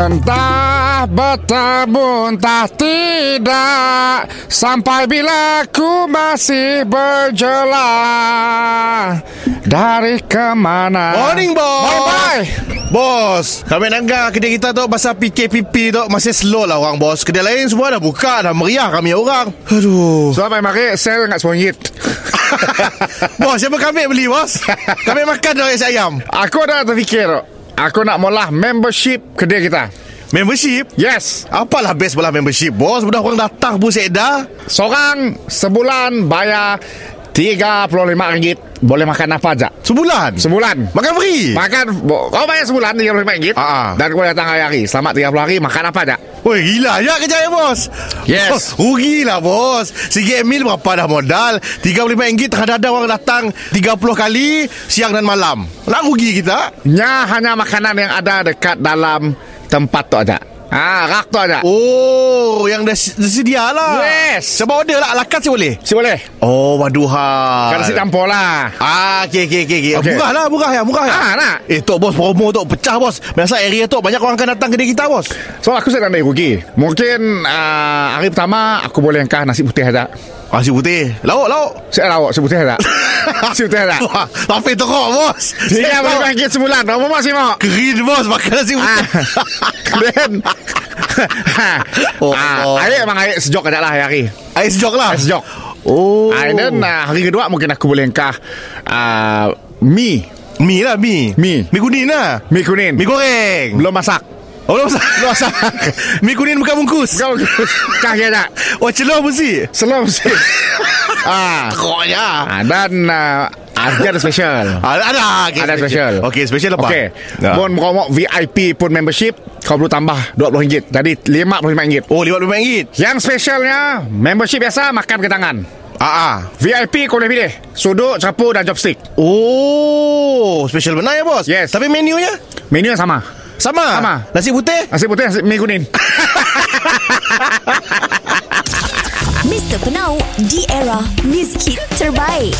Entah bertemu entah tidak Sampai bila ku masih berjelah Dari kemana Morning, boss. Bye bye Bos Kami nanggar kedai kita tu Pasal PKPP tu Masih slow lah orang bos Kedai lain semua dah buka Dah meriah kami orang Aduh So mai mari sel dengan RM1 Bos siapa kami beli bos Kami makan dah isi ayam Aku dah terfikir Aku nak mula membership kedai kita Membership Yes Apalah best pula membership bos Budak orang datang pun sedah Seorang sebulan bayar RM35 Boleh makan apa aja Sebulan Sebulan Makan free Makan Ha, bo- Kau bayar sebulan RM35 Ah, ah. Dan kau datang hari-hari Selamat 30 hari Makan apa aja Woi gila ya kerja ya bos Yes. oh, Rugilah bos Sikit mil berapa dah modal RM35 tengah dadah orang datang 30 kali Siang dan malam Nak rugi kita Nya hanya makanan yang ada dekat dalam tempat tu aja Ah, rak tu aja Oh Yang dah, dah sedia lah Yes. Sebab order lah Alakat saya boleh Si boleh Oh waduhai Kalau si campur lah Ah, okay, okay, okay, Okey. okay. okay. Murah lah, murah ya, murah ya. Ah, nak. Eh, Tok Bos, promo Tok, pecah Bos. Biasa area Tok, banyak orang akan datang kedai kita, Bos. So aku sedang naik rugi Mungkin ah, hari pertama Aku boleh angkat nasi putih aja Nasi Ah, putih. Lauk, lauk. Saya lawak nasi putih aja Nasi putih aja Wah, tapi teruk, Bos. kan Saya tahu. RM35 sebulan Kamu masih mau Kerin, Bos, makan nasi Ah, putih. Then Oh, ah, Allah. Air memang air sejok aja lah hari Ais jok lah. Ais jok. Oh. Ah, and then uh, hari kedua mungkin aku boleh engkah uh, mi, Mi lah, mi. Mi. Mi kuning lah. mi kuning. Mi goreng. belum masak. Oh, belum masak. Belum masak. mi kuning bukan bungkus. Kau kah dia tak? Oh, celor mesti. Selam sih. ah, Teruknya. ah, dan uh, ada special. Ah, Ada, ada. Okay, Ada special. Okey, special apa? Okey. Ah. Bon meromok VIP pun membership kau perlu tambah RM20. Jadi RM55. Oh, RM55. Yang specialnya membership biasa makan ke tangan. Ah, ah. VIP kau boleh pilih Sudut, capur dan chopstick Oh, special benar ya bos? Yes. Tapi menunya Menu yang sama sama. Sama. Nasi putih? Nasi putih, nasi mi kuning Mr. Penau, di era music hit terbaik.